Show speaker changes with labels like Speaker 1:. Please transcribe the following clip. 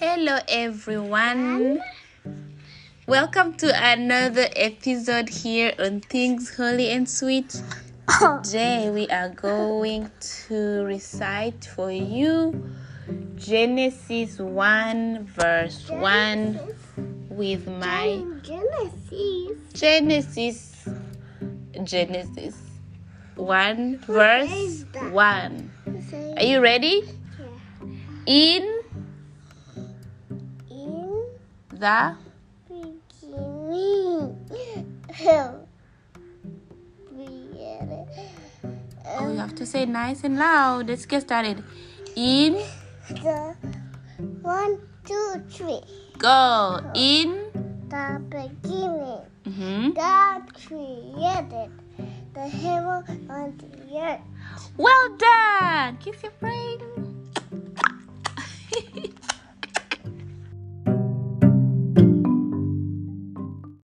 Speaker 1: Hello, everyone. Welcome to another episode here on Things Holy and Sweet. Today, we are going to recite for you Genesis 1, verse 1 with my
Speaker 2: Genesis.
Speaker 1: Genesis. Genesis 1, verse 1. Are you ready? In
Speaker 2: In
Speaker 1: the
Speaker 2: beginning.
Speaker 1: Oh, you have to say nice and loud. Let's get started. In,
Speaker 2: The one, two, three.
Speaker 1: go, in.
Speaker 2: The beginning.
Speaker 1: hmm
Speaker 2: God created the heaven and the earth.
Speaker 1: Well done. Give your brain.